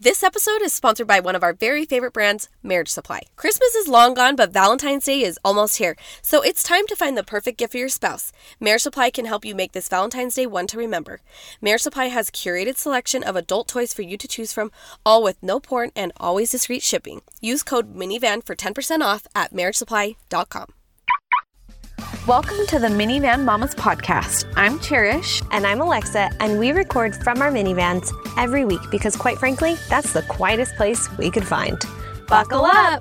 This episode is sponsored by one of our very favorite brands, Marriage Supply. Christmas is long gone, but Valentine's Day is almost here, so it's time to find the perfect gift for your spouse. Marriage Supply can help you make this Valentine's Day one to remember. Marriage Supply has curated selection of adult toys for you to choose from, all with no porn and always discreet shipping. Use code MINIVAN for 10% off at marriagesupply.com. Welcome to the Minivan Mamas podcast. I'm Cherish. And I'm Alexa, and we record from our minivans every week because, quite frankly, that's the quietest place we could find. Buckle up.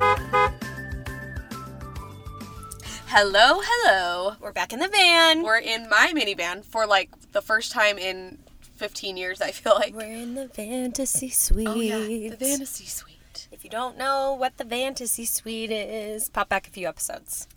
Hello, hello. We're back in the van. We're in my minivan for like the first time in 15 years, I feel like. We're in the fantasy suite. Oh, yeah. The fantasy suite. If you don't know what the fantasy suite is, pop back a few episodes.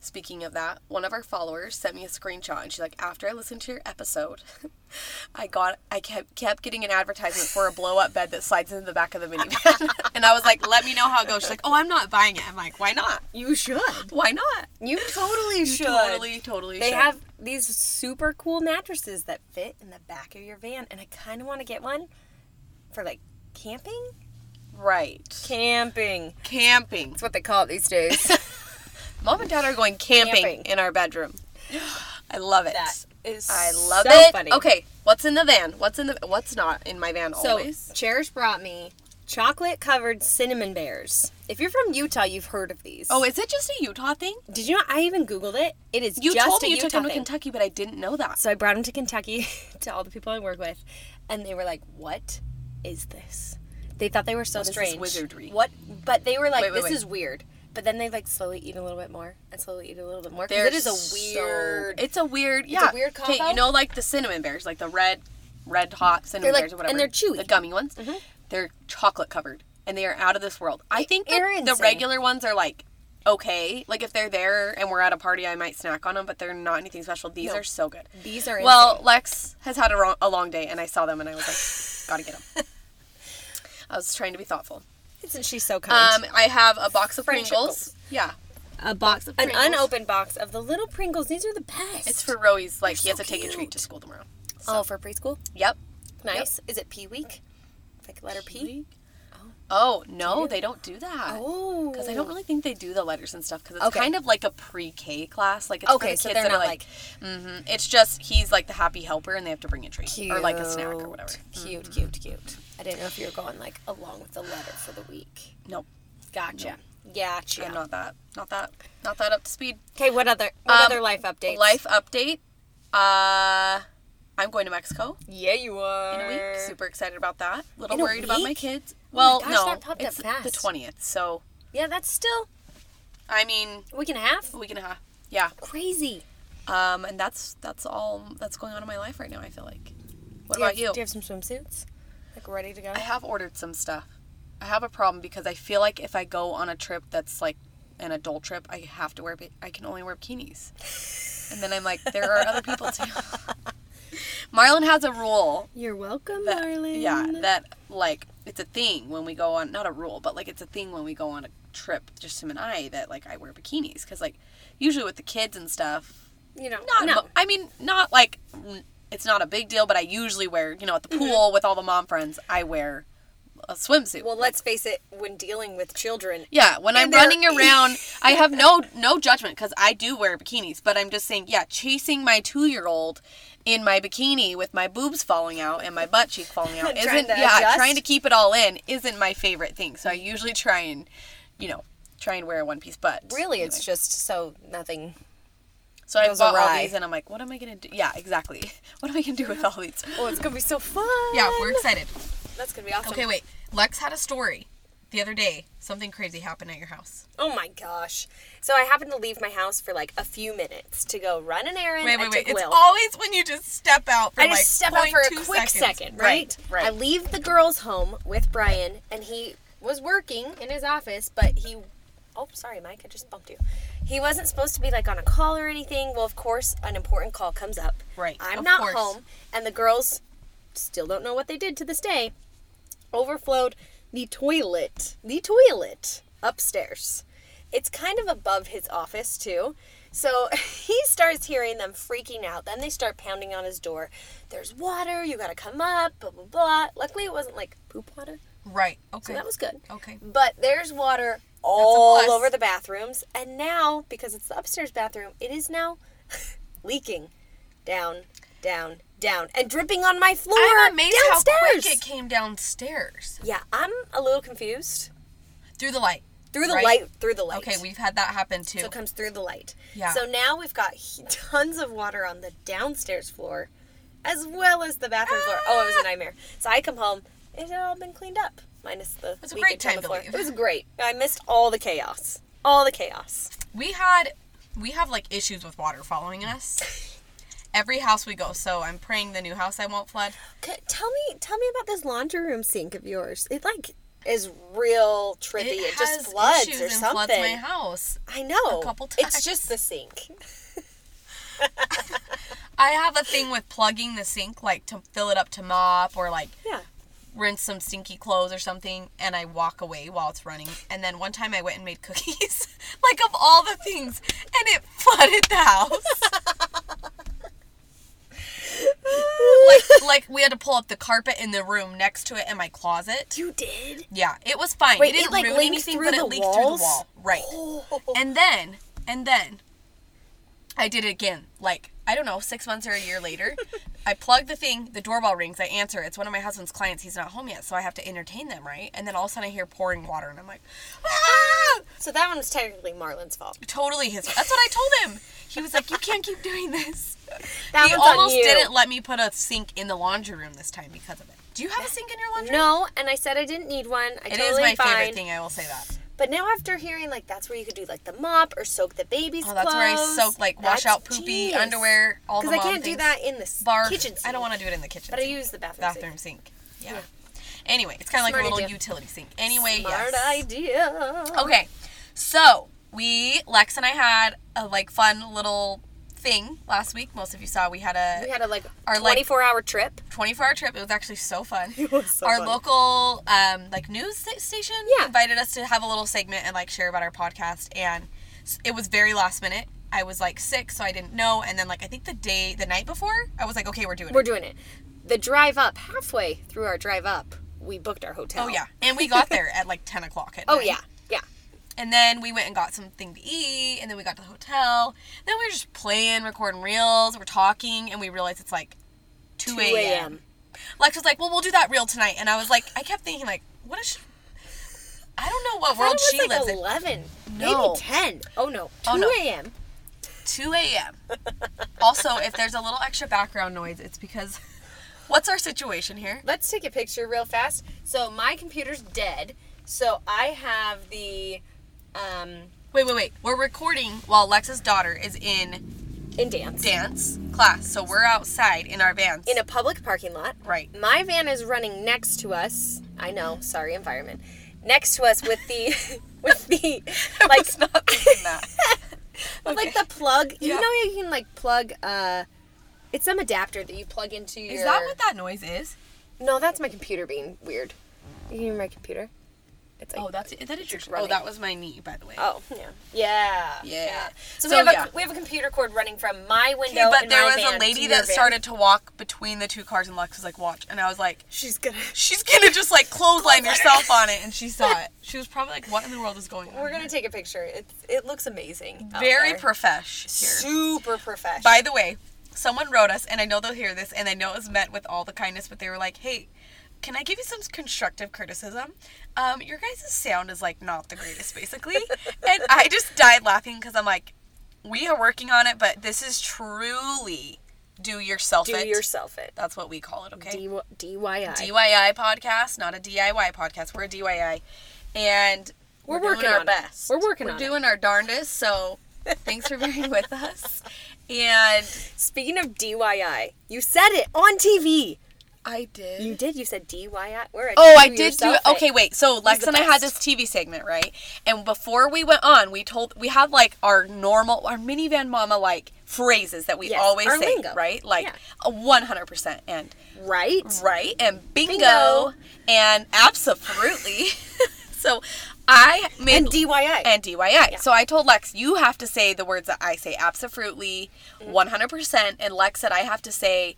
Speaking of that, one of our followers sent me a screenshot and she's like, after I listened to your episode, I got I kept kept getting an advertisement for a blow up bed that slides into the back of the minivan. and I was like, let me know how it goes. She's like, Oh, I'm not buying it. I'm like, why not? You should. Why not? You totally should. Totally, totally They should. have these super cool mattresses that fit in the back of your van, and I kind of want to get one for like camping. right. Camping. camping. That's what they call it these days. Mom and dad are going camping, Camping. in our bedroom. I love it. that is I love so it. funny. Okay, what's in the van? What's in the what's not in my van So always? Cherish brought me chocolate covered cinnamon bears. If you're from Utah, you've heard of these. Oh, is it just a Utah thing? did you know? I even googled it. It is You just told a me you Utah took them to thing. Kentucky, but I didn't know that. So I brought them to Kentucky to all the people I work with, and they were like, "What is this?" They thought they were so What is Oh, this strange. wizardry? What? But they were like, Wait, wait, "This wait. is weird." But then they like slowly eat a little bit more and slowly eat a little bit more. 'cause They're it is so- a weird. it's a weird. a Yeah, weird 'Kay, combo. You know, like the cinnamon bears, like the red, red hot cinnamon They're like- bears or whatever. and they're chewy. Mm-hmm. The gummy ones. They're chocolate covered, and they are out of this world. I think They're that the insane. regular ones are like okay. Like if they're there and we're at a party, I might snack on them, but they're not anything special. These are so good. These are Well, insane. Lex has had a, wrong, a long day, and I saw them, and I was like, gotta get them. I was trying to be thoughtful. Isn't she so kind? Um, I have a box of Friendship Pringles. Yeah, a box, of an Pringles. unopened box of the little Pringles. These are the best. it's for Roey's. Like he They're has to so take a treat cute. to school tomorrow. oh for preschool. Yep. Nice. Is it P week? Like letter P. Oh no, they don't do that. Oh. Because I don't really think they do the letters and stuff because it's Okay. kind of like a pre-K class. Like it's for Okay, the so kids they're that are not, like, hmm it's just he's like the happy helper and they have to bring a treat or like a snack or whatever. Cute, Mm-hmm. cute, cute. I didn't know if you were going like along with the letter for the week. Nope, Gotcha. I'm Gotcha. not that, not that, not that up to speed. Okay, what other what Um, other life updates? Life update. Uh, I'm going to Mexico Yeah, you in are. a week. Super excited about that. Little In a worried about my week? Oh kids. my Well, gosh, no, that popped up it's the fast. twentieth. So Yeah, that's still I mean, a week and a half. a week and a half. Yeah. Crazy. Um, and that's that's all that's going on in my life right now. I feel like. What do about you? you? Have, do you have some swimsuits? Like ready to go? I have ordered some stuff. I have a problem because I feel like if I go on a trip that's like an adult trip, I have to wear. bi- I can only wear bikinis, and then I'm like, there are other people too. Marlon has a rule. You're welcome, That, Yeah, that like it's a thing when we go on. Not a rule, but like it's a thing when we go on a trip, just him and I. That like I wear bikinis because like usually with the kids and stuff, You know, not no. mo- I mean not like n- it's not a big deal, but I usually wear you know at the Mm-hmm. pool with all the mom friends I wear a swimsuit. well, let's face it. When dealing with children, yeah, when I'm and they're- running around, I have no no judgment because I do wear bikinis. But I'm just saying, yeah, chasing my two year old in my bikini with my boobs falling out and my butt cheek falling out Trying isn't to yeah adjust. Mm-hmm. trying to keep it all in isn't my favorite thing. So I usually try and you know try and wear a one piece. But really, anyway. it's just so nothing. so I goes bought all awry. these and I'm like, what am I gonna do? Yeah, exactly. What am I gonna do with all these? Oh, it's gonna be so fun. Yeah, we're excited. That's gonna be awesome. Okay, wait. Lex had a story the other day. Something crazy happened at your house. Oh my gosh. So I happened to leave my house for like a few minutes to go run an errand. Wait, I wait, wait. took It's Will. always when you just step out for I just like step out for a 0.2 quick seconds. second, right? Right. I leave the girls home with Brian and he was working in his office, but he Oh, sorry, Mike, I just bumped you. He wasn't supposed to be like on a call or anything. Well, of course, an important call comes up. Right, I'm of not course. home and the girls still don't know what they did to this day. Overflowed the toilet. The toilet upstairs. It's kind of above his office too. So he starts hearing them freaking out. Then they start pounding on his door. There's water, you gotta come up, blah, blah, blah. Luckily, it wasn't like poop water, Right. so Okay. that was good. Okay. But there's water all Oh. plus. over the bathrooms. And now, because it's the upstairs bathroom, it is now leaking down, down, down, and dripping on my floor. I'm amazed downstairs. how quick it came downstairs Yeah, I'm a little confused. through the light. Through the Right. light, through the light. Okay, we've had that happen too. So it comes through the light. Yeah. So now we've got he- tons of water on the downstairs floor as well as the bathroom floor. Oh, it Ah! was a nightmare. So I come home, it had all been cleaned up, minus the. It's a leakage great on time the to floor. leave. It was great. I missed all the chaos. All the chaos. we had we have like issues with water following us. Every house we go, so I'm praying the new house I won't flood. C- tell me, tell me about this laundry room sink of yours. It like is real trippy. It, just floods issues or and something. floods my house. I know. a couple It's times. just the sink. I have a thing with plugging the sink, like to fill it up to mop or like Yeah. rinse some stinky clothes or something, and I walk away while it's running. And then one time I went and made cookies, like of all the things, and it flooded the house. like like we had to pull up the carpet in the room next to it in my closet. You did. Yeah, it was fine. Wait, it didn't it, like, ruin leaked anything, through but it the leaked walls? through the wall. Right. And then, and then, I did it again. Like I don't know, six months or a year later, I plug the thing. The doorbell rings. I answer. It's one of my husband's clients. He's not home yet, so I have to entertain them, right? And then all of a sudden, I hear pouring water, and I'm like, ah! So that one was technically Marlin's fault. Totally his. That's what I told him. He was like, you can't keep doing this. That he one's on almost you. didn't let me put a sink in the laundry room this time because of it. Do you have a sink in your laundry? No, and I said I didn't need one. I It is totally my fine. favorite thing. I will say that. But now after hearing like that's where you could do like the mop or soak the baby's Oh, that's where I clothes. soak like wash That's- out poopy jeez. underwear, all the I mom can't do things. that in the s- Barf. kitchen. I don't want to do it in the kitchen. But I sink. use the bathroom. bathroom sink. Yeah. Anyway, it's kind of like a Smart little idea. utility sink. Anyway, Sink. Smart yes. Oh, idea. Okay, so we Lex and I had a like fun little thing last week. Most of you saw we had a We had a like Our, like- 24 hour trip. 24 hour trip. It was actually so fun. It was so Our fun. local um, like news sta- station Yeah. invited us to have a little segment and like share about our podcast and s- it was very last minute. I was like sick, so I didn't know. And then like I think the day, the night before, I was like, okay, we're doing We're it. doing it. The drive up halfway through our drive up, we booked our hotel. Oh yeah, and we got there at like 10 o'clock at Oh night. yeah. Yeah. And then we went and got something to eat, and then we got to the hotel. Then we were just playing, recording reels, we're talking, and we realized it's like 2, 2 a.m. a.m. Lex was like, "Well, we'll do that reel tonight," and I was like, I kept thinking like, "What is she? I don't know what Thought world it was, she like lives in." 11. No. Maybe 10. Oh no. 2 Oh, no. a.m. 2 a.m. also, if there's a little extra background noise, it's because what's our situation here? Let's take a picture real fast. So my computer's dead. So I have the um Wait, wait, wait. We're recording while Lex's daughter is in in dance. dance class, so we're outside in our vans. In a public parking lot. Right. My van is running next to us. I know, sorry, environment. Next to us with the with the like was not thinking that. with, like the plug. Yeah. You know you can like plug uh it's some adapter that you plug into your Is that what that noise is? No, that's my computer being weird. You hear my computer? It's like Oh, that's that is your. Oh, running. that was my knee, by the way. Oh yeah. Yeah. Yeah. So, So, we have yeah. a we have a computer cord running from my window. Okay, but in there was my a van to lady your that van. started to walk between the two cars, and Lex was like, "Watch," and I was like, She's gonna. she's gonna just like clothesline herself on it and she saw it she was probably like what in the world is going on We're gonna take a picture. It it looks amazing. out very there. profesh here super professional. by the way someone wrote us and i know they'll hear this and i know it was met with all the kindness but they were like hey can i give you some constructive criticism um, your guys' sound is like not the greatest basically and i just died laughing because i'm like we are working on it but this is truly do yourself do it yourself it. that's what we call it okay D- DIY. DIY podcast, not a DIY podcast. We're a DIY, and We're doing working our on it. best. We're working We're on it. doing our darndest. So, thanks for being with us. And Speaking of DIY, you said it on TV. I did. You did. You said DIY. We're a Oh, I did do do-yourself it. Okay, wait. So Lex the and I had this best. TV segment, right? And before we went on, we told we had like our normal, our minivan mama like phrases that we Yes, always our say, lingo. right? Like Yeah. one hundred percent and Right. right and bingo, Bingo. and absolutely. so I made And DYI. and DYI. So I told Lex, you have to say the words that I say absolutely, Mm-hmm. 100%. And Lex said, I have to say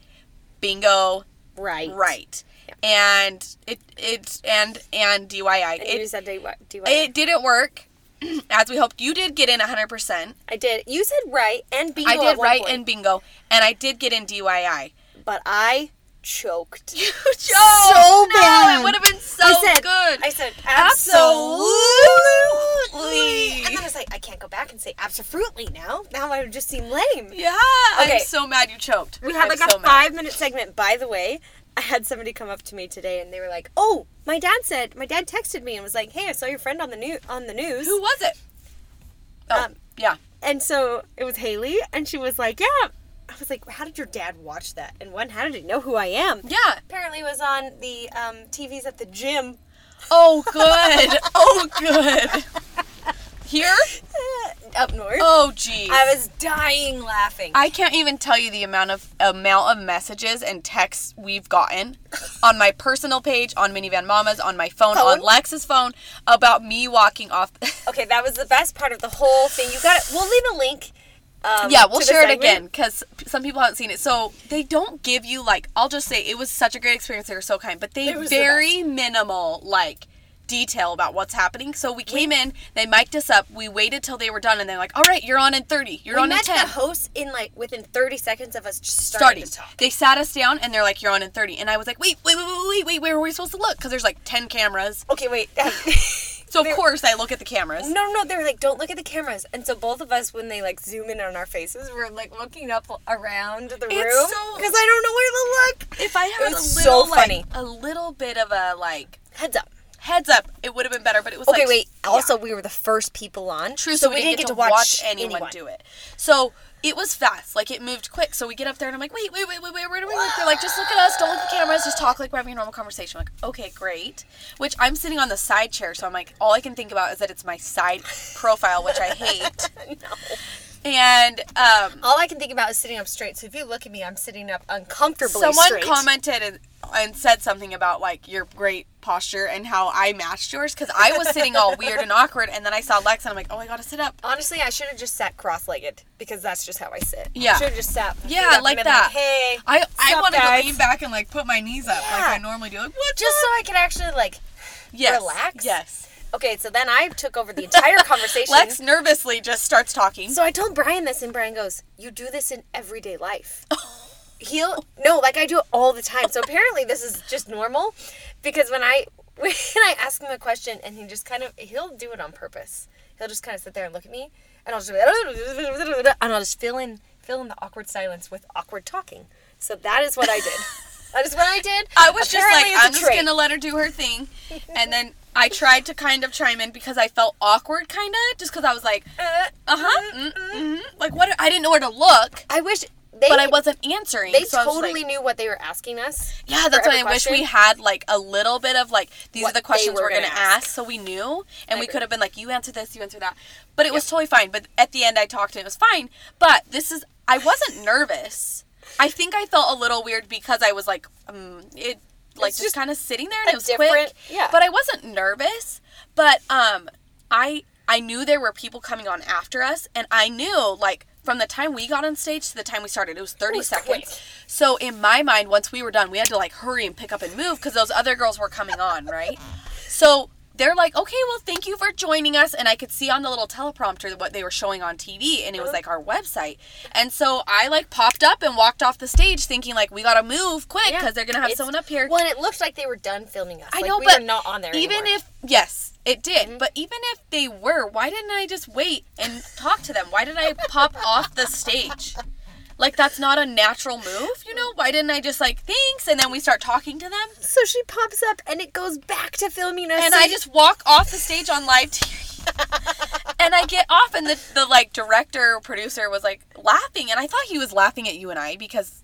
bingo, right. right. And it, it, and, and DYI. And you it, said DY- DYI. it didn't work as we hoped. You did get in 100%. I did. You said right and bingo. I at did one right point, in bingo. And I did get in DYI. but I choked. You So no, bad. It would have been so I said good. I said absolutely. And absolutely. then I was like, I can't go back and say absolutely now. Now I would just seem lame. Yeah. Okay. I'm so mad you choked. We had I'm like so a mad. five minute segment. By the way, I had somebody come up to me today and they were like, "Oh, my dad said my dad texted me and was like, hey, I saw your friend on the new on the news.' Who was it? Oh, Um, yeah. And so it was Haley, and she was like, "Yeah." I was like, "How did your dad watch that?" And one, how did he know who I am? Yeah. Apparently, it was on the um, TVs at the gym. Oh, good. oh, good. Here? uh, Up north, Oh, geez. I was dying laughing. I can't even tell you the amount of amount of messages and texts we've gotten on my personal page, on Minivan Mamas, on my phone, on Phone? Lex's phone about me walking off. okay, that was the best part of the whole thing. You got it. We'll leave a link. Um, yeah, we'll to the share it segment. again because some people haven't seen it. So they don't give you like I'll just say it was such a great experience. They were so kind, but they It was the very minimal like detail about what's happening. So we came in, they mic'd us up, we waited till they were done, and they're like, "All right, you're on in thirty. You're We on in met ten. the host in like within 30 seconds of us just starting. starting to talk. They sat us down and they're like, "You're on in 30. And I was like, "Wait, wait, wait, wait, wait, wait. Where were we supposed to look?" Because there's like ten cameras. Okay, wait. So of They're- course I look at the cameras. No, no, no. They were like, don't look at the cameras. And so both of us, when they like zoom in on our faces, we're like looking up around the room so- because I don't know where to look. If I had a It little was so like, funny. a little bit of a like Heads up. heads up, it would have been better. But it was Okay, like, wait. yeah. Also, we were the first people on, True, so, we, didn't get, to, watch, anyone, do it. So it was fast, like it moved quick. So we get up there and I'm like, wait, wait, wait, wait, wait, where do we look? They're like, just look at us, don't look at the cameras, just talk like we're having a normal conversation. I'm like, okay, great. Which I'm sitting on the side chair, so I'm like, all I can think about is that it's my side profile, which I hate. And um, All I can think about is sitting up straight. So if you look at me, I'm sitting up uncomfortably someone straight. commented and, and said something about like your great posture and how I matched yours because I was sitting all weird and awkward, and then I saw Lex and I'm like, oh, I gotta sit up. Honestly, I should have just sat cross-legged because that's just how I sit. Yeah. should have just sat. Yeah, up like and been that. hey, I I Sup, wanted guys? to lean back and like put my knees up like Yeah. I normally do. Like what? just so I could actually like yes. relax. Yes. Okay, so then I took over the entire conversation. Lex nervously just starts talking. So I told Brian this, and Brian goes, "You do this in everyday life." He'll no, like I do it all the time. So apparently this is just normal, because when I when I ask him a question, and he just kind of he'll do it on purpose. He'll just kind of sit there and look at me, and I'll just be like, and I'll just fill in fill in the awkward silence with awkward talking. So that is what I did. that is what I did. I was just like, Apparently it's a I'm just trait. gonna let her do her thing, and then I tried to kind of chime in because I felt awkward, kind of, just because I was like, uh Uh, huh, mm, mhm. like what? I didn't know where to look, I wish they. but I wasn't answering. They so I was like- totally knew what they were asking us. Yeah, for that's why I every wish we question. had like a little bit of like these What are the they questions were we're gonna, gonna ask. so we knew, and we agree. could have been like, you answer this, you answer that, but it was totally fine. But at the end, I talked and it was fine. But this is I wasn't nervous. I think I felt a little weird because I was like, um, it like It's just, just kind of sitting there and a it was different- quick. yeah. but I wasn't nervous. But um, I I knew there were people coming on after us, and I knew like. From the time we got on stage to the time we started, it was 30 was seconds. Oh, quick. So in my mind, once we were done, we had to like hurry and pick up and move because those other girls were coming on, right? So they're like, okay, well, thank you for joining us. And I could see on the little teleprompter what they were showing on TV, and it Uh-huh. was like our website. And so I like popped up and walked off the stage, thinking like we gotta move quick because they're gonna have It's- someone up here. Well, and it looked like they were done filming us. I Like, know, we but were not on there. Even anymore. Mm-hmm. if yes, it did. But even if they were, why didn't I just wait and talk to them? Why did I pop off the stage? Like that's not a natural move, you know? Why didn't I just like thanks and then we start talking to them? so she pops up and it goes back to filming us, And I just walk off the stage on live TV. and I get off and the, the like director or producer was like laughing and I thought he was laughing at you and I because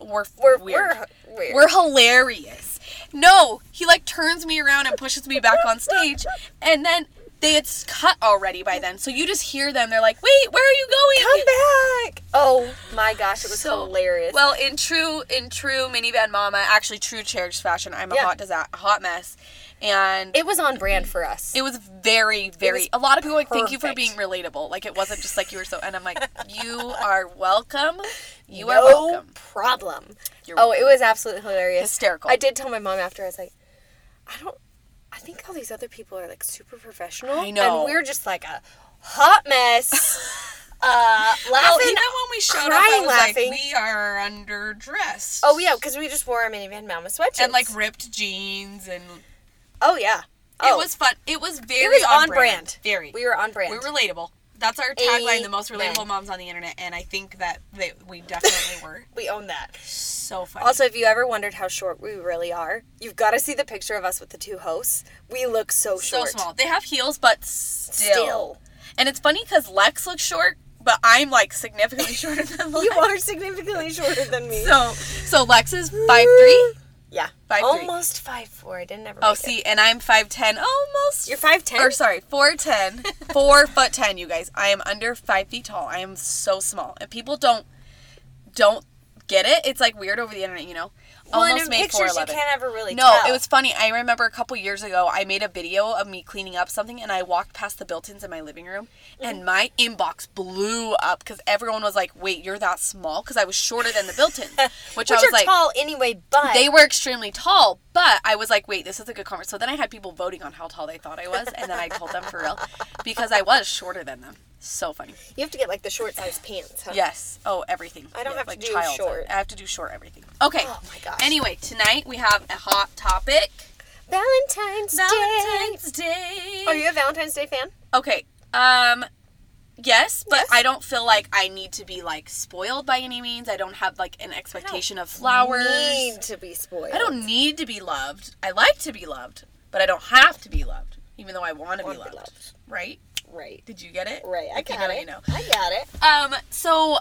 we're we're weird. we're weird. We're hilarious. No, he like turns me around and pushes me back on stage, and then They it's cut already by then, so you just hear them. They're like, "Wait, where are you going? Come back! Oh my gosh, it was So- hilarious. Well, in true in true minivan mama, actually true cherish fashion, I'm a Yeah. hot disa- hot mess, and it, it was on brand for us. was very very. was a lot of people were like thank you for being perfect. relatable. Like it wasn't just like you were so. And I'm like, you are welcome. You are no welcome. problem. You're Oh, it was absolutely hilarious. Hysterical. I did tell my mom after. I was like, I don't. I think all these other people are like super professional. I know. And we're just like a hot mess. uh, laughing. Well, even when we showed up, I crying was laughing. like, we are underdressed. oh yeah, because we just wore our minivan mama sweatshirts. and like ripped jeans and oh yeah. Oh, it was fun. It was very It was on, on brand. Very. We were on brand. We're relatable. That's our tagline, the most Amen. relatable moms on the internet, and I think that they, we definitely were. we own that. So funny. Also, if you ever wondered how short we really are, you've got to see the picture of us with the two hosts. We look so so short. small. They have heels, but still. Still. And it's funny because Lex looks short, but I'm like significantly shorter than Lex. You are significantly shorter than me. So, so Lex is five three. yeah. Five three. Almost five four. I didn't ever. Oh, make it. see, and I'm five ten, almost. You're five ten. Or sorry, four ten, four foot ten. You guys, I am under five feet tall. I am so small, and people don't don't get it. It's like weird over the internet, you know. Well, and in made pictures, you 4'11". can't ever really No, tell. it was funny. I remember a couple years ago, I made a video of me cleaning up something, and I walked past the built-ins in my living room, Mm-hmm. and my inbox blew up because everyone was like, "Wait, you're that small?" Because I was shorter than the built-ins, which, Which I was are like, tall anyway, but they were extremely tall, but I was like, wait, this is a good conference. So then I had people voting on how tall they thought I was, and then I told them for real because I was shorter than them. So funny. you have to get like the short size pants. Huh? Yes. Oh, everything. I don't Yeah, have to do childhood. short. I have to do short everything. Okay. Oh my gosh. Anyway, tonight we have a hot topic. Valentine's, Day. Valentine's Day. Are you a Valentine's Day fan? Okay. Um yes, but Yes. I don't feel like I need to be like spoiled by any means. I don't have like an expectation of flowers. Need to be spoiled. I don't need to be loved. I like to be loved, but I don't have to be loved, even though I want to be Wanna be loved. loved. Right? Right. Did you get it? Right. I If you got know, it. You know. I got it. Um. So,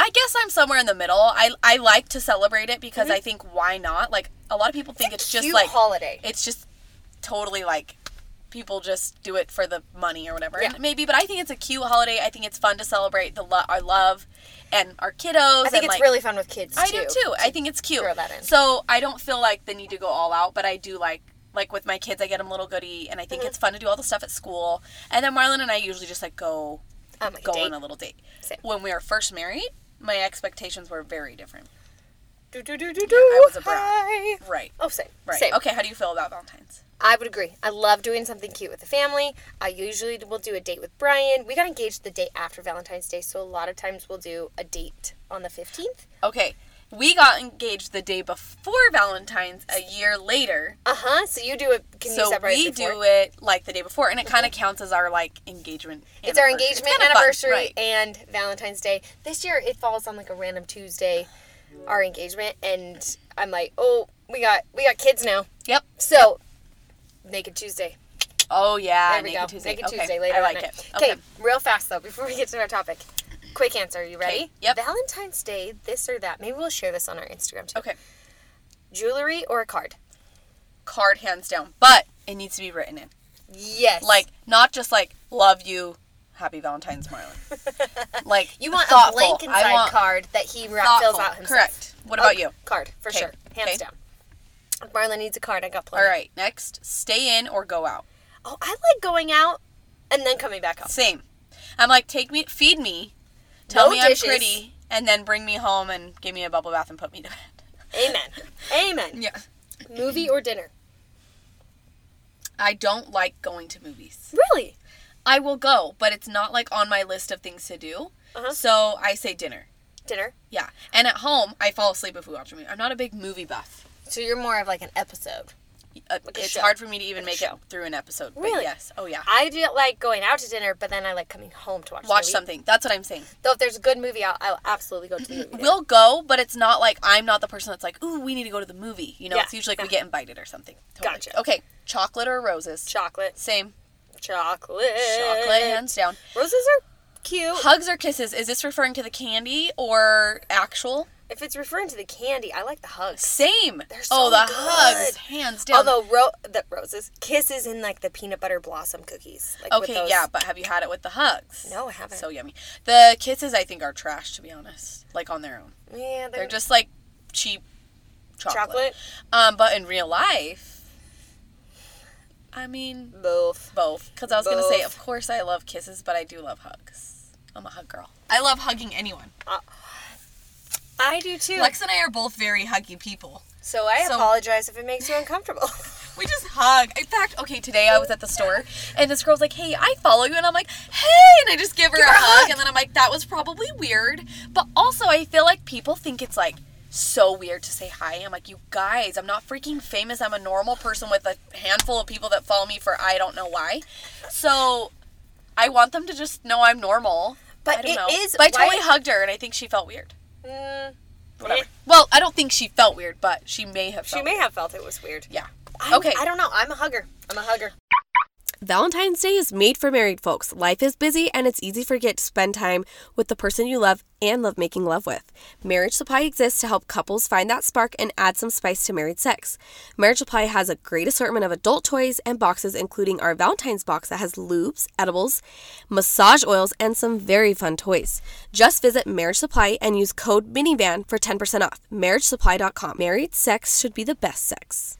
I guess I'm somewhere in the middle. I I like to celebrate it because Mm-hmm. I think why not? Like a lot of people think it's, just cute like holiday. It's just totally like people just do it for the money or whatever. Yeah. And Maybe, but I think it's a cute holiday. I think it's fun to celebrate the lo- our love and our kiddos. I think and, it's like, really fun with kids. I do too. I think it's cute. throw that in. So I don't feel like the need to go all out, but I do like like with my kids, I get them a little goodie, and I Mm-hmm. think it's fun to do all the stuff at school. And then Marlon and I usually just like go Um, like a go date. on a little date. Same. When we were first married, my expectations were very different. Do, do, do, do, do. I was a brown. Hi. Right. Oh, same. Right. Same. Okay. How do you feel about Valentine's? I would agree. I love doing something cute with the family. I usually will do a date with Brian. We got engaged the day after Valentine's Day, so a lot of times we'll do a date on the 15th. Okay. We got engaged the day before Valentine's, a year later. Uh huh. So you do it. Can you so separate we the four? do it like the day before, and it kind of counts as our like engagement. It's our anniversary. engagement kinda fun, anniversary right. and Valentine's Day. This year it falls on like a random Tuesday, our engagement, and I'm like, oh, we got we got kids now, Yep. so Naked Tuesday. Oh yeah, There we Naked go. Tuesday. Naked Okay, Tuesday later. I like on it. Okay. real fast though, before we get to our topic, quick answer. You ready? yep. Valentine's Day, this or that. Maybe we'll share this on our Instagram too. Okay. Jewelry or a card? Card hands down, but it needs to be written in. Yes. Like not just like love you, happy Valentine's, Marlon. like you want thoughtful. a blank I inside want card that he ra- thoughtful. fills out himself. Correct. What about Oh, you? Card for Okay. sure, hands Okay. down. Marlon needs a card. I got All plenty. right. Next, stay in or go out. Oh, I like going out and then coming back home. Same. I'm like take me, feed me, tell No me dishes. I'm pretty, and then bring me home and give me a bubble bath and put me to bed. Amen. Amen. Yeah. Movie or dinner? I don't like going to movies. Really? I will go, but it's not like on my list of things to do. Uh-huh. So I say dinner. Dinner. Yeah. And at home, I fall asleep if we watch a movie. I'm not a big movie buff. So you're more of like an episode. Uh, a it's show. hard for me to even Like make a it show. through an episode. But Really? yes. Oh, yeah. I do like going out to dinner, but then I like coming home to watch. the Watch movie. something. That's what I'm saying. Though if there's a good movie, I'll, I'll absolutely go to the movie. theater. We'll go, but it's not like I'm not the person that's like, ooh, we need to go to the movie. You know, Yeah, it's usually like we yeah. get invited or something. Totally. Gotcha. Okay. Chocolate or roses? chocolate, Same. chocolate, Chocolate, hands down. Roses are cute. Hugs or kisses? Is this referring to the candy or actual? If it's referring to the candy, I like the hugs. Same. They're oh, so the good. hugs, hands down. Although ro- the roses, kisses, and like the peanut butter blossom cookies. Like with okay, those- yeah, but have you had it with the hugs? No, I haven't. So yummy. The kisses, I think, are trash to be honest. Like on their own, yeah, they're just like cheap chocolate. Chocolate? Um, but in real life, I mean both. both. Because I was gonna say, Both. of course, I love kisses, but I do love hugs. I'm a hug girl. I love hugging anyone. I do too. Lex and I are both very huggy people. so I so- apologize if it makes you uncomfortable. We just hug. In fact, okay, today I was at the store and this girl's like, "Hey, I follow you," and I'm like, "Hey," and I just give her, a, hug. and then I'm like, "That was probably weird," but also I feel like people think it's like so weird to say hi. I'm like, "You guys, I'm not freaking famous. I'm a normal person with a handful of people that follow me for I don't know why." So I want them to just know I'm normal. But I don't it know. is- But I totally why- hugged her, and I think she felt weird. Mm, Whatever. eh, Well, I don't think she felt weird, but she may have. she felt may weird. have felt it was weird. Yeah. I, okay. I don't know. I'm a hugger. I'm a hugger. Valentine's Day is made for married folks. Life is busy and it's easy for you to spend time with the person you love and love making love with. Marriage Supply exists to help couples find that spark and add some spice to married sex. Marriage Supply has a great assortment of adult toys and boxes, including our Valentine's box that has lubes, edibles, massage oils, and some very fun toys. Just visit Marriage Supply and use code MINIVAN for 10% off. MarriageSupply.com. Married sex should be the best sex.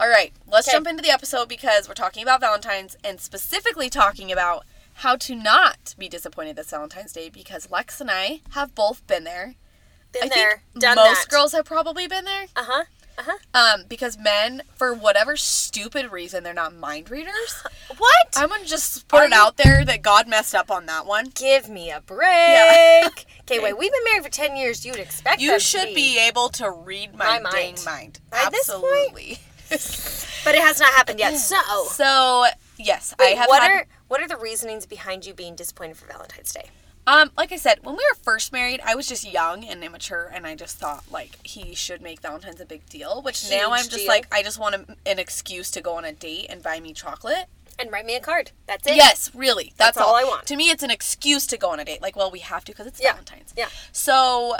All right, let's Okay. jump into the episode because we're talking about Valentine's and specifically talking about how to not be disappointed this Valentine's Day because Lex and I have both been there. Been I there, think done most that. girls have probably been there. Uh huh. Uh huh. Um, because men, for whatever stupid reason, they're not mind readers. What? I'm gonna just put Are it you- out there that God messed up on that one. Give me a break. Okay, wait. We've been married for ten years. You'd expect them You to should be able to read my, My mind. dang mind. By this point? Absolutely. but it has not happened yet. So, So yes, oh. wait, I have what had are what are the reasonings behind you being disappointed for Valentine's Day? Um, like I said, when we were first married, I was just young and immature, and I just thought like he should make Valentine's a big deal. Which now Huge I'm just deal. like, I just want a, an excuse to go on a date and buy me chocolate. And write me a card. That's it. Yes, really, that's, That's all I want. To me, it's an excuse to go on a date. Like, well, we have to because it's Yeah, Valentine's. yeah. So,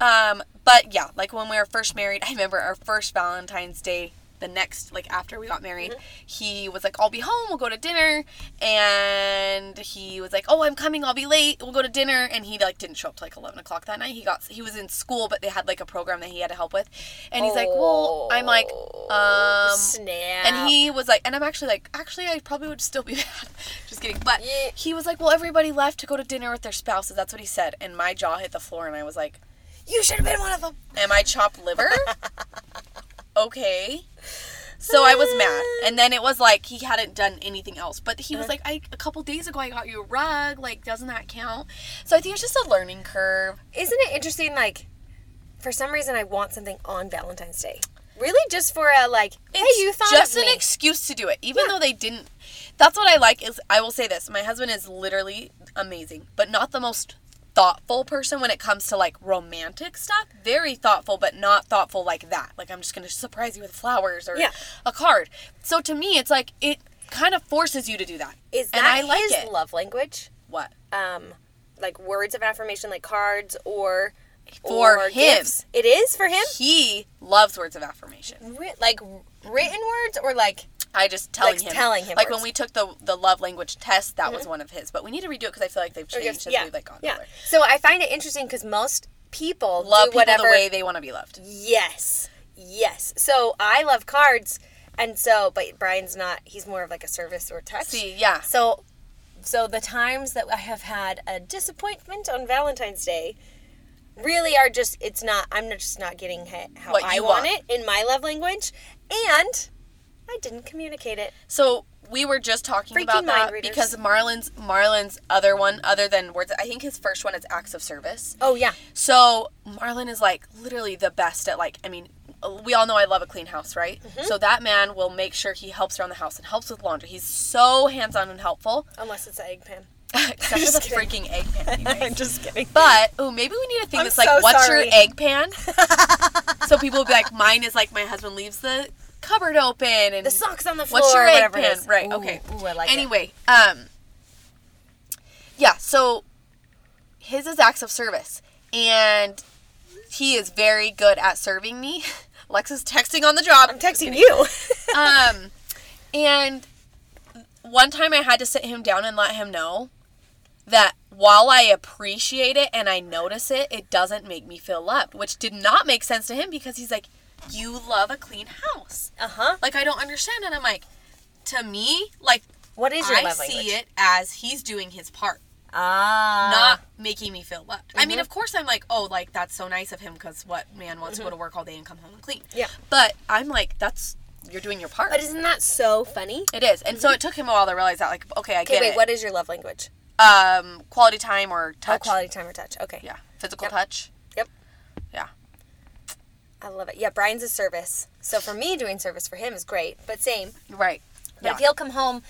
um, but yeah, like when we were first married, I remember our first Valentine's Day. The next, like after we got married, Mm-hmm. he was like, "I'll be home. We'll go to dinner." And he was like, "Oh, I'm coming. I'll be late. We'll go to dinner." And he like didn't show up till like eleven o'clock that night. He got he was in school, but they had like a program that he had to help with. And he's like, "Well," I'm like, Oh, "Um, snap. and he was like, and I'm actually like, actually, I probably would still be mad. Just kidding. But Yeah. he was like, well, everybody left to go to dinner with their spouses. That's what he said. And my jaw hit the floor, and I was like, you should have been one of them. am I chopped liver? okay. So I was mad. And then it was like he hadn't done anything else. But he was like, I, a couple days ago, I got you a rug. Like, doesn't that count? So I think it's just a learning curve. Isn't it interesting? Like, for some reason, I want something on Valentine's Day. Really, just for a like, It's hey, you thought just of me. an excuse to do it, even though they didn't. That's what I like is I will say this: my husband is literally amazing, but not the most thoughtful person when it comes to like romantic stuff. Very thoughtful, but not thoughtful like that. Like I'm just gonna surprise you with flowers or Yeah. a card. So to me, it's like it kind of forces you to do that. Is that and I like his it. love language? what? um, like words of affirmation, like cards or For or him. gifts. It is for him. He loves words of affirmation. Writ- like written words or like I just telling Like, him, telling him like words. Mm-hmm. when we took the the love language test, that was one of his. But we need to redo it because I feel like they've or changed gifts. as yeah, we've like gone yeah. over. So I find it interesting because most people love do people whatever. the way they want to be loved. Yes, yes. So I love cards, and so but Brian's not. He's more of like a service or touch. See, yeah. So, so the times that I have had a disappointment on Valentine's Day really are just it's not I'm not just not getting hit how What I you want, want. it in my love language and I didn't communicate it. So we were just talking Freaking about mind that readers. because Marlon's Marlon's other one, other than words, I think his first one is acts of service. Oh yeah. So Marlon is like literally the best at like I mean we all know I love a clean house, right? Mm-hmm. So that man will make sure he helps around the house and helps with laundry. He's so hands-on and helpful. Unless it's an egg pan. Except for the freaking egg pan. you guys. just kidding. But oh, maybe we need a thing I'm that's like, so what's sorry. your egg pan? so people will be like, mine is like my husband leaves the cupboard open and The socks on the floor. What's your or egg whatever it pan? is. Right. Ooh, okay. Ooh, I like it. anyway, um, yeah. So his is acts of service, and he is very good at serving me. Lex is texting on the job. I'm texting you. um, and one time I had to sit him down and let him know that while I appreciate it and I notice it, it doesn't make me feel loved, which did not make sense to him because he's like, You love a clean house. uh huh. Like, I don't understand. And I'm like, To me, like, What is your I love see language? it as he's doing his part Ah. not making me feel loved. I mean, Mm-hmm. of course, I'm like, oh, like that's so nice of him because what man wants to go to work all day and come home and clean? Mm-hmm. Yeah. But I'm like, that's you're doing your part. But isn't that so funny? It is, and so it took him a while to realize that. Like, okay, I Okay, get wait. it. What is your love language? Um, quality time or Oh, touch? quality time or touch. Okay. Yeah, physical Yep. touch. Yep. Yeah. I love it. Yeah, Brian's a service. So for me, doing service for him is great, but same. Right. But if he'll come home,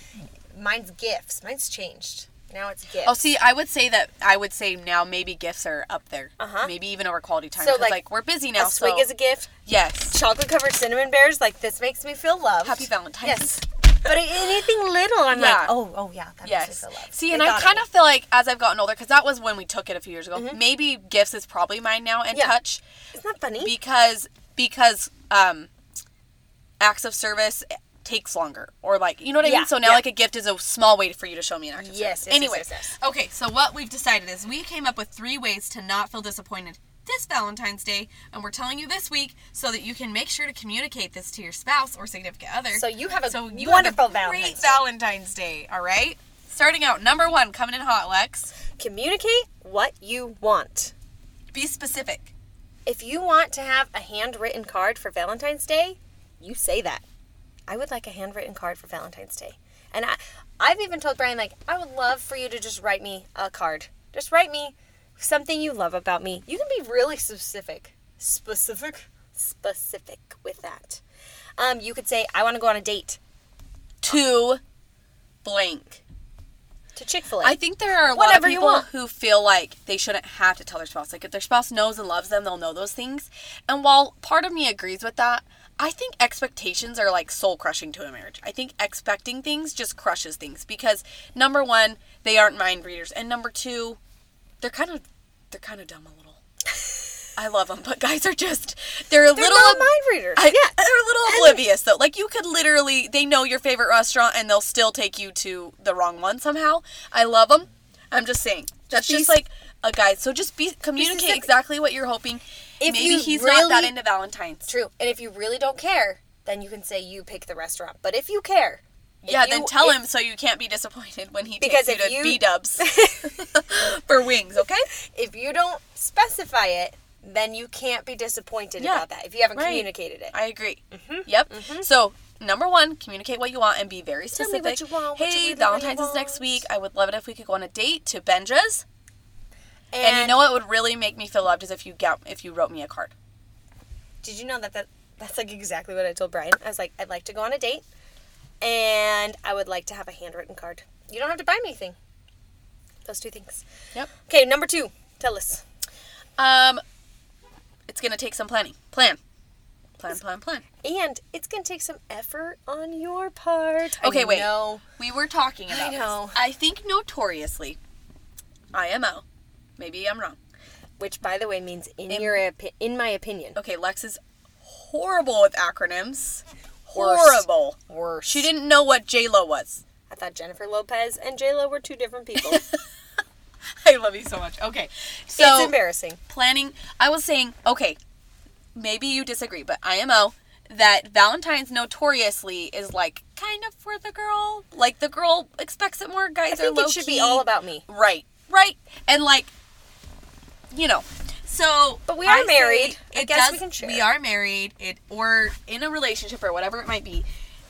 mine's gifts. Mine's changed. Now it's gifts. Oh, see, I would say that I would say now maybe gifts are up there. Uh-huh. Maybe even over quality time. So, 'cause, like, like, we're busy now. a swig so is a gift. yes. Chocolate covered cinnamon bears. Like this makes me feel loved. Happy Valentine's. Yes. But a- anything little, I'm Yeah. like, oh, oh yeah, that makes Yes. me feel loved. See, They and I got kind it. Mm-hmm. of feel like as I've gotten older, because that was when we took it a few years ago. Maybe gifts is probably mine now, and Yeah. touch Isn't that funny? because because um, acts of service takes longer, or like you know what I Yeah, mean. So now yeah. like a gift is a small way for you to show me an act of Yes, service. yes, yes, anyway, yes, yes. okay. So what we've decided is we came up with three ways to not feel disappointed this Valentine's Day, and we're telling you this week so that you can make sure to communicate this to your spouse or significant other. So you have a So you wonderful have a great Valentine's Day. Valentine's Day. All right. Starting out, number one, coming in hot, Lex. Communicate what you want. Be specific. If you want to have a handwritten card for Valentine's Day, you say that. I would like a handwritten card for Valentine's Day. And I, I've even told Brian, like, I would love for you to just write me a card. Just write me something you love about me. You can be really specific. Specific? Specific with that. Um, you could say, I want to go on a date To blank. to Chick fil A. I think there are a lot of Whatever you people want. who feel like they shouldn't have to tell their spouse. Like if their spouse knows and loves them, they'll know those things. And while part of me agrees with that, I think expectations are like soul crushing to a marriage. I think expecting things just crushes things because number one, they aren't mind readers, and number two, they're kind of they're kind of dumb a little. I love them, but guys are just they're a They're little not mind readers. I, yeah. they're a little oblivious though. Like you could literally, they know your favorite restaurant and they'll still take you to the wrong one somehow. I love them. I'm just saying. That's be just, s- like a guide. So just be communicate specific. exactly what you're hoping. If Maybe you he's not that really- into Valentine's. True. And if you really don't care, then you can say you pick the restaurant. But if you care, if yeah, you- then tell if- him so you can't be disappointed when he Because takes you if to you- B Dubs for wings. Okay. If you don't specify it, then you can't be disappointed Yeah, about that if you haven't right. communicated it. I agree. Mm-hmm, Yep. So number one, communicate what you want and be very Tell specific. me what you want, what you hey, really, really Valentine's is next want." week. I would love it if we could go on a date to Benja's. And, you know what would really make me feel loved is if you got if you wrote me a card. Did you know that, that that's like exactly what I told Brian? I was like, I'd like to go on a date, and I would like to have a handwritten card. You don't have to buy me anything. Those two things. Yep. Okay, number two. Tell us. Um, it's gonna take some planning. Plan, plan, plan, plan. And it's gonna take some effort on your part. Okay, I wait. Know. We were talking about. I know. This. I think notoriously, IMO. Maybe I'm wrong. Which, by the way, means in, your opi- in my opinion. Okay, Lex is horrible with acronyms. Worst. Horrible. Worse. She didn't know what J Lo was. I thought Jennifer Lopez and J Lo were two different people. I love you so much. Okay, so it's embarrassing. planning. I was saying, okay, maybe you disagree, but IMO that Valentine's notoriously is like kind of for the girl. Like the girl expects it more. Guys I think are it low should be all about me. right, right, and like you know. So, But we are I say married. I it guess does- we can share. We are married. It or in a relationship or whatever it might be.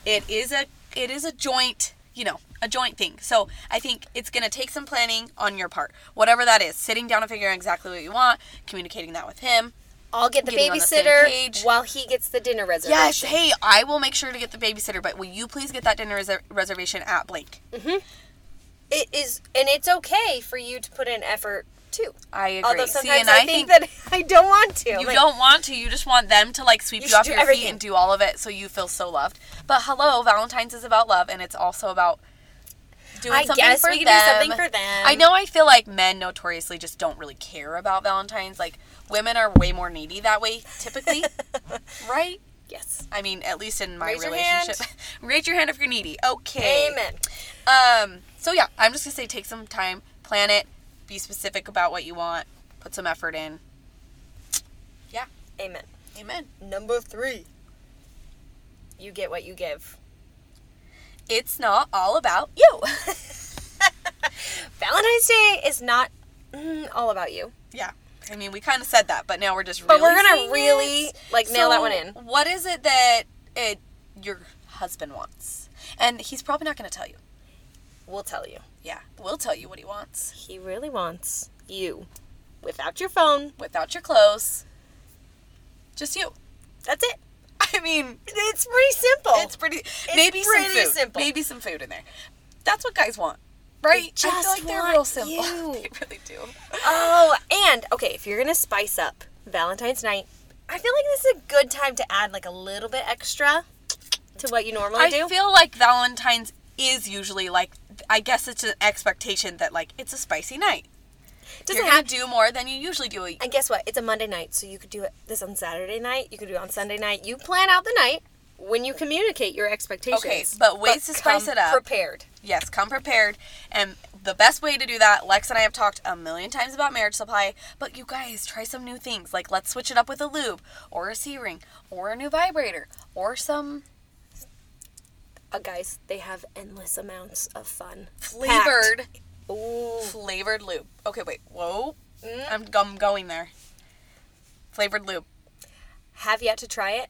It is a it is a joint. You know, a joint thing. So I think it's gonna take some planning on your part, whatever that is. Sitting down and figuring exactly what you want, communicating that with him. I'll get the Getting on the same babysitter page. while he gets the dinner Yes, reservation. hey, I will make sure to get the babysitter, but will you please get that dinner reser- reservation at Blake? It is, and it's okay for you to put in effort too. I agree. Although See, sometimes and I, I think, think- that I don't want to. You Like, don't want to. You just want them to like sweep You you, should off do your everything. feet and do all of it so you feel so loved. But hello, Valentine's is about love and it's also about doing I something guess for we could do them. something for them. I know I feel like men notoriously just don't really care about Valentine's. Like women are way more needy that way typically. right? Yes. I mean, at least in my Raise your relationship. Raise your hand if you're needy. Okay. Amen. Um, so yeah, I'm just gonna say take some time, plan it, be specific about what you want, put some effort in. Yeah. Amen. Amen. Number three. You get what you give. It's not all about you. Valentine's Day is not mm, all about you. yeah. I mean, we kind of said that, but now we're just. But we're really gonna saying really, like, nail that one in. What is it that it your husband wants? And he's probably not gonna tell you. We'll tell you. Yeah, we'll tell you what he wants He really wants you without your phone. without your clothes. Just you. That's it. I mean, It's pretty simple. It's pretty. maybe some Oh, pretty food. simple. Maybe some food in there. That's what guys want, right? I just feel like they're want real simple. you. they really do. Oh, and okay, if you're gonna spice up Valentine's night, I feel like this is a good time to add like a little bit extra to what you normally I do. feel like Valentine's is usually like. I guess it's an expectation that like it's a spicy night. Doesn't You're gonna have do more than you usually do. And guess what? It's a Monday night, so you could do it this on Saturday night. You could do it on Sunday night. You plan out the night when you communicate your expectations. Okay, but ways to spice come it up. Prepared. Yes, come prepared. And the best way to do that, Lex and I have talked a million times about marriage supply, but you guys try some new things. Like let's switch it up with a lube or a C ring or a new vibrator or some Uh, guys, they have endless amounts of fun. flavored Ooh. flavored lube. Okay, wait. Whoa. I'm, I'm going there. Flavored lube. Have yet to try it?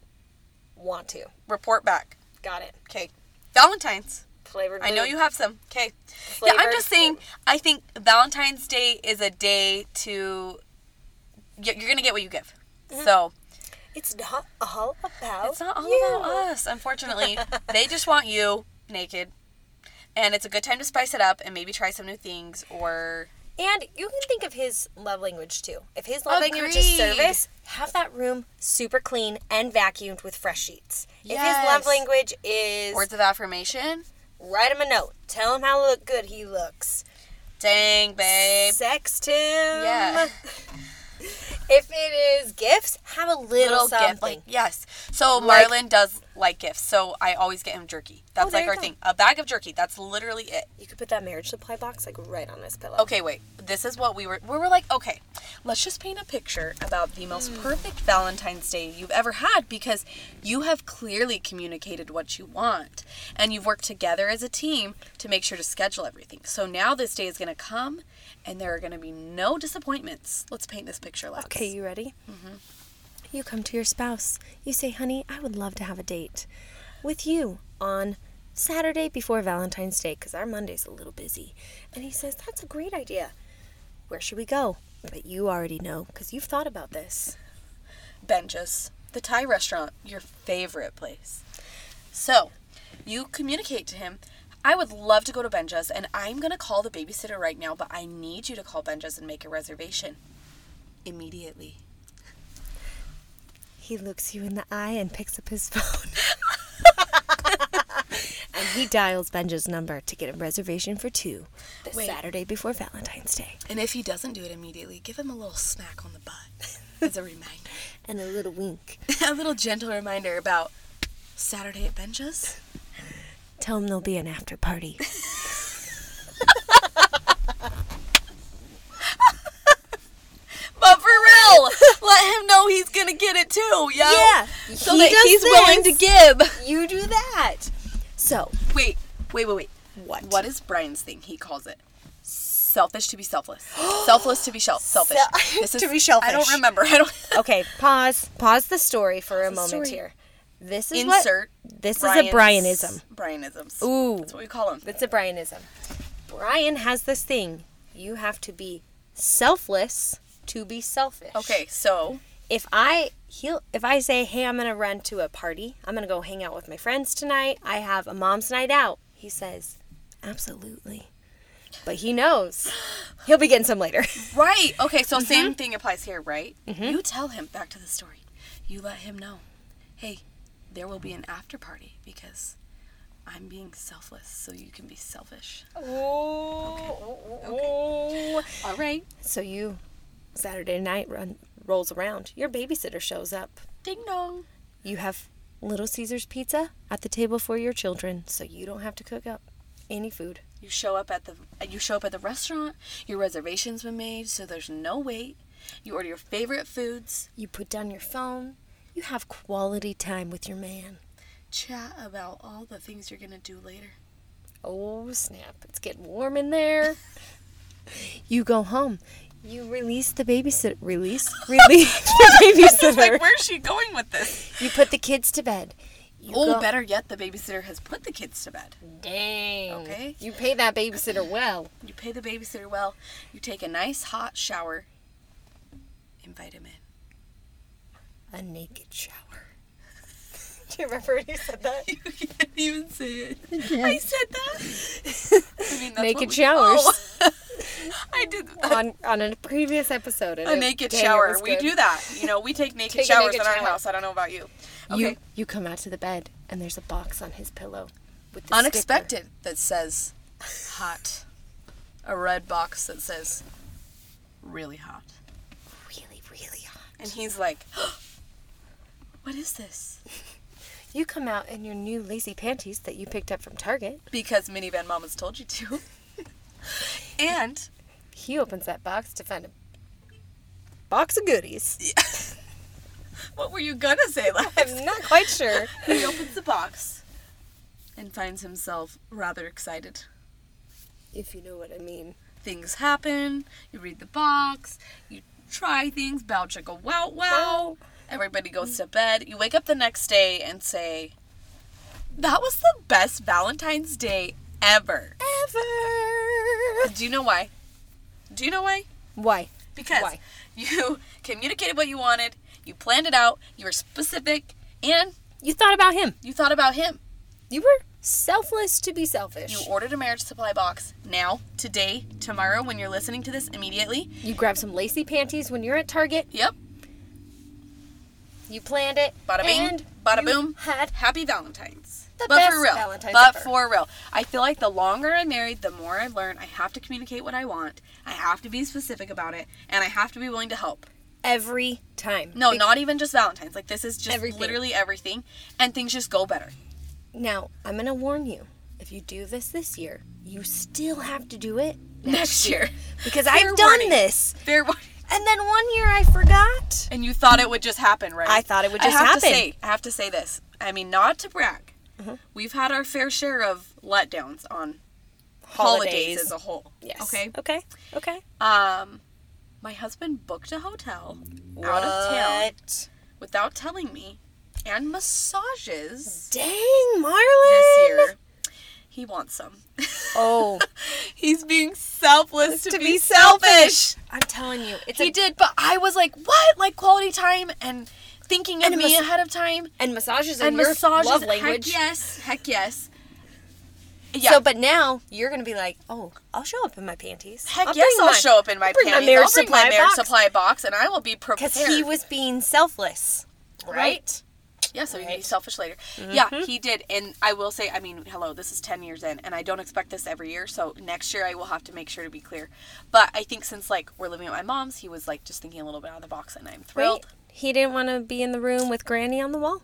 Want to? Report back. Got it. Okay. Valentine's. Flavored. I know lube. you have some. Okay. Yeah, I'm Flavored just saying, lube. I think Valentine's Day is a day to. y- You're going to get what you give. Mm-hmm. So It's not all about. it's not all you. about us, unfortunately. they just want you naked. And it's a good time to spice it up and maybe try some new things or. And you can think of his love language too. If his love language is Agreed. service, have that room super clean and vacuumed with fresh sheets. If his Yes. love language is Words of affirmation. write him a note, tell him how look good he looks, Dang, babe. sext him. Yeah. If it is gifts, have a little, little gift. something. Like, yes. So Like- Oh, Marlon does like gifts, so I always get him jerky. That's there like you our go. thing. A bag of jerky. That's literally it. you could put that marriage supply box like right on his pillow. Okay, wait. This is what we were. We were like, okay, let's just paint a picture about the most perfect Valentine's Day you've ever had because you have clearly communicated what you want and you've worked together as a team to make sure to schedule everything. So now this day is going to come and there are going to be no disappointments. Let's paint this picture, Lex. Okay, you ready? You come to your spouse. You say, honey, I would love to have a date with you on Saturday before Valentine's Day because our Monday's a little busy. And he says, that's a great idea. Where should we go? But you already know because you've thought about this. Benja's, the Thai restaurant, your favorite place. So, you communicate to him, I would love to go to Benja's, and I'm going to call the babysitter right now, but I need you to call Benja's and make a reservation immediately. He looks you in the eye and picks up his phone. and he dials Benja's number to get a reservation for two the Wait. Saturday before Valentine's Day. And if he doesn't do it immediately, give him a little smack on the butt as a reminder. And a little wink. a little gentle reminder about Saturday at Benja's. Tell him there'll be an after party. But for real, let him know he's going to get it too, yo. Yeah, So he that does he's willing to give. You do that. So, Wait, wait, wait, wait. What? What is Brian's thing? He calls it selfish to be selfless. selfless to be shelf selfish. Sel- to be selfish. I don't remember. I don't. okay, pause. Pause the story for a moment story. here. This is what- Insert. this is a Brian's- Brianism. Brianisms. Ooh. That's what we call them. It's a Brianism. Brian has this thing. You have to be selfless to be selfish. Okay, so If I he'll if I say, "Hey, I'm going to run to a party. I'm going to go hang out with my friends tonight. I have a mom's night out." He says, "Absolutely." But he knows. He'll be getting some later. right. Okay, so Mm-hmm. same thing applies here, right? You tell him back to the story. You let him know. Hey, there will be an after party because I'm being selfless so you can be selfish. Ooh. Oh. All right. So you, Saturday night run rolls around. Your babysitter shows up. Ding dong. You have Little Caesar's pizza at the table for your children, so you don't have to cook up any food. You show up at the you show up at the restaurant. Your reservation's been made, so there's no wait. You order your favorite foods. You put down your phone. You have quality time with your man. Chat about all the things you're gonna do later. Oh snap, it's getting warm in there. you go home. You release the babysitter. Release? Release the It's babysitter. like where's she going with this? You put the kids to bed. You Oh, go- better yet, the babysitter has put the kids to bed. Dang. Okay. You pay that babysitter well. You pay the babysitter well. You take a nice hot shower. Invite him in. A naked shower. Do you remember when you said that? You can't even say it. I said that. I mean, that's Naked what we- showers. Oh. I did that. on on a previous episode. and a it- naked dang, it shower. was We good. do that. You know, we take naked Take a showers naked in our shower. house. I don't know about you. Okay. You you come out to the bed and there's a box on his pillow with the Unexpected that says hot. A red box that says really hot. sticker. Really really hot. And he's like, what is this? You come out in your new lacy panties that you picked up from Target. Because minivan mamas told you to. and He opens that box to find a box of goodies. what were you gonna say, Lex? I'm not quite sure. he opens the box and finds himself rather excited. if you know what I mean. Things happen. You read the box. You try things. Bow chicka wow wow. Everybody goes to bed. You wake up the next day and say, "That was the best Valentine's Day ever." Ever. Do you know why? Do you know why? Why? Because Why? you communicated what you wanted. You planned it out. You were specific, and You thought about him. you thought about him. You were selfless to be selfish. You ordered a marriage supply box now, today, tomorrow, when you're listening to this immediately. You grabbed some lacy panties when you're at Target. Yep. You planned it. Bada bing, and bada you boom. Had Happy Valentine's. The but best for real. Valentine's but ever. for real. I feel like the longer I'm married, the more I learn I have to communicate what I want. I have to be specific about it. And I have to be willing to help. every time. No, Be- not even just Valentine's. Like this is just Everything. literally everything. And things just go better. Now I'm gonna warn you. If you do this this year, you still have to do it Next year. because Fair I've done warning. this. Fair warning. And then one year I forgot. And you thought it would just happen, right? I thought it would just I have happen. Uh-huh. To say, I have to say this. I mean, not to brag. We've had our fair share of letdowns on holidays, as a whole. Yes. Okay. Okay. Okay. Um, my husband booked a hotel out of town What? without telling me, and massages Dang, Marlon. this year. He wants some. Oh. He's being selfless to, To be, be selfish. I'm telling you, it's He a, did, but I was like, what? Like quality time and thinking of And a me mas- ahead of time. and massages and and your massages. love language. Heck yes, heck yes. Yeah. So, but now you're gonna be like, oh, I'll show up in my panties. heck yes, I'll show up in my bring my panties. marriage I'll bring my supply marriage box. supply box, and I will be prepared. Because he was being selfless, right? yeah, so you can be selfish later. Yeah, he did, and I will say, I mean, hello, this is ten years in, and I don't expect this every year. So next year, I will have to make sure to be clear. But I think since like we're living at my mom's, he was like just thinking a little bit out of the box, and I'm Right? thrilled. He didn't want to be in the room with Granny on the wall.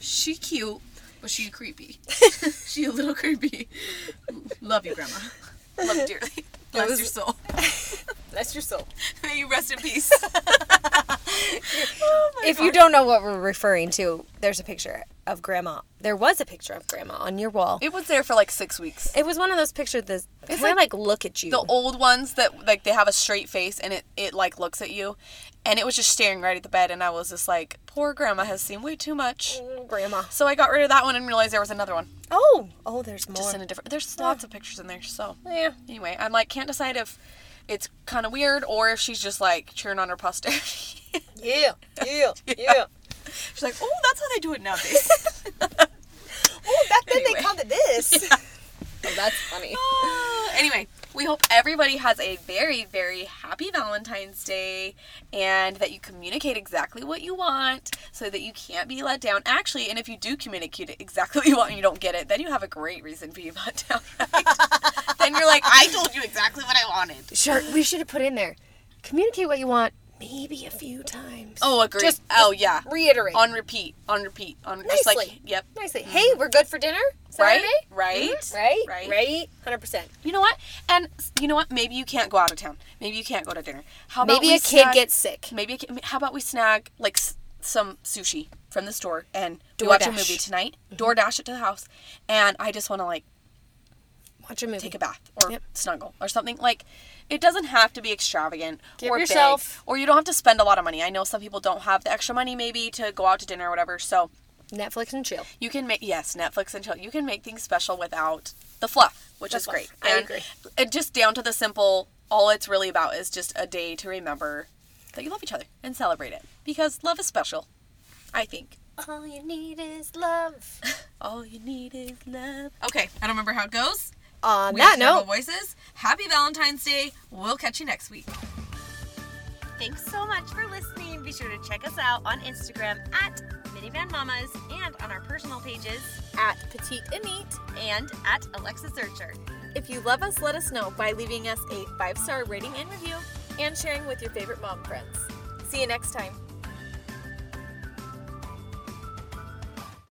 She cute, but she creepy. she a little creepy. Love you, grandma. Love you dearly. Bless your soul. That's your soul. May you rest in peace. Oh If you don't know what we're referring to, there's a picture of Grandma. There was a picture of Grandma on your wall. It was there for like six weeks. It was one of those pictures that kind of like, look at you. The old ones that like they have a straight face and it it like looks at you, and it was just staring right at the bed, and I was just like, poor grandma has seen way too much. Grandma. So I got rid of that one and realized there was another one, Oh, oh, there's more. just in a different. There's lots of pictures in there. So yeah. anyway, I'm like can't decide if it's kind of weird or if she's just like cheering on her posterity. she's Yeah. Yeah. Yeah. like, oh, that's how they do it nowadays. Oh, back then Anyway. they called it this. Oh, that's funny. anyway, We hope everybody has a very, very happy Valentine's Day and that you communicate exactly what you want so that you can't be let down. Actually, and if you do communicate exactly what you want and you don't get it, then you have a great reason for you let down. right? then you're like, I told you exactly what I wanted. Sure, we should have put in there. Communicate what you want, maybe a few times. Oh, agree. Just- oh, yeah. Reiterate On repeat, on repeat, on just like, Nicely. yep. nicely. Hey, we're good for dinner Right? Saturday. Mm-hmm. Right? Right, Right. right, hundred percent. You know what? And s- you know what? Maybe you can't go out of town. Maybe you can't go to dinner. How about Maybe we a kid snag- gets sick. Maybe a kid, how about we snag like s- some sushi from the store and we watch a DoorDash. Mm-hmm. movie tonight? DoorDash it to the house, and I just want to like Watch a movie. take a bath or Yep. snuggle or something. Like it doesn't have to be extravagant Give or yourself- big, or you don't have to spend a lot of money. I know some people don't have the extra money maybe to go out to dinner or whatever. So Netflix and chill. you can make yes netflix and chill you can make things special without the fluff which is fluff. great I and agree. it just down to the simple all it's really about is just a day to remember that you love each other and celebrate it because love is special i think All you need is love. all you need is love okay i don't remember how it goes On we that should have note, a voices happy valentine's day we'll catch you next week Thanks so much for listening. Be sure to check us out on Instagram at Minivan Mamas and on our personal pages at Petite and Neat. and at Alexa Searcher. If you love us, let us know by leaving us a five star rating and review and sharing with your favorite mom friends. See you next time.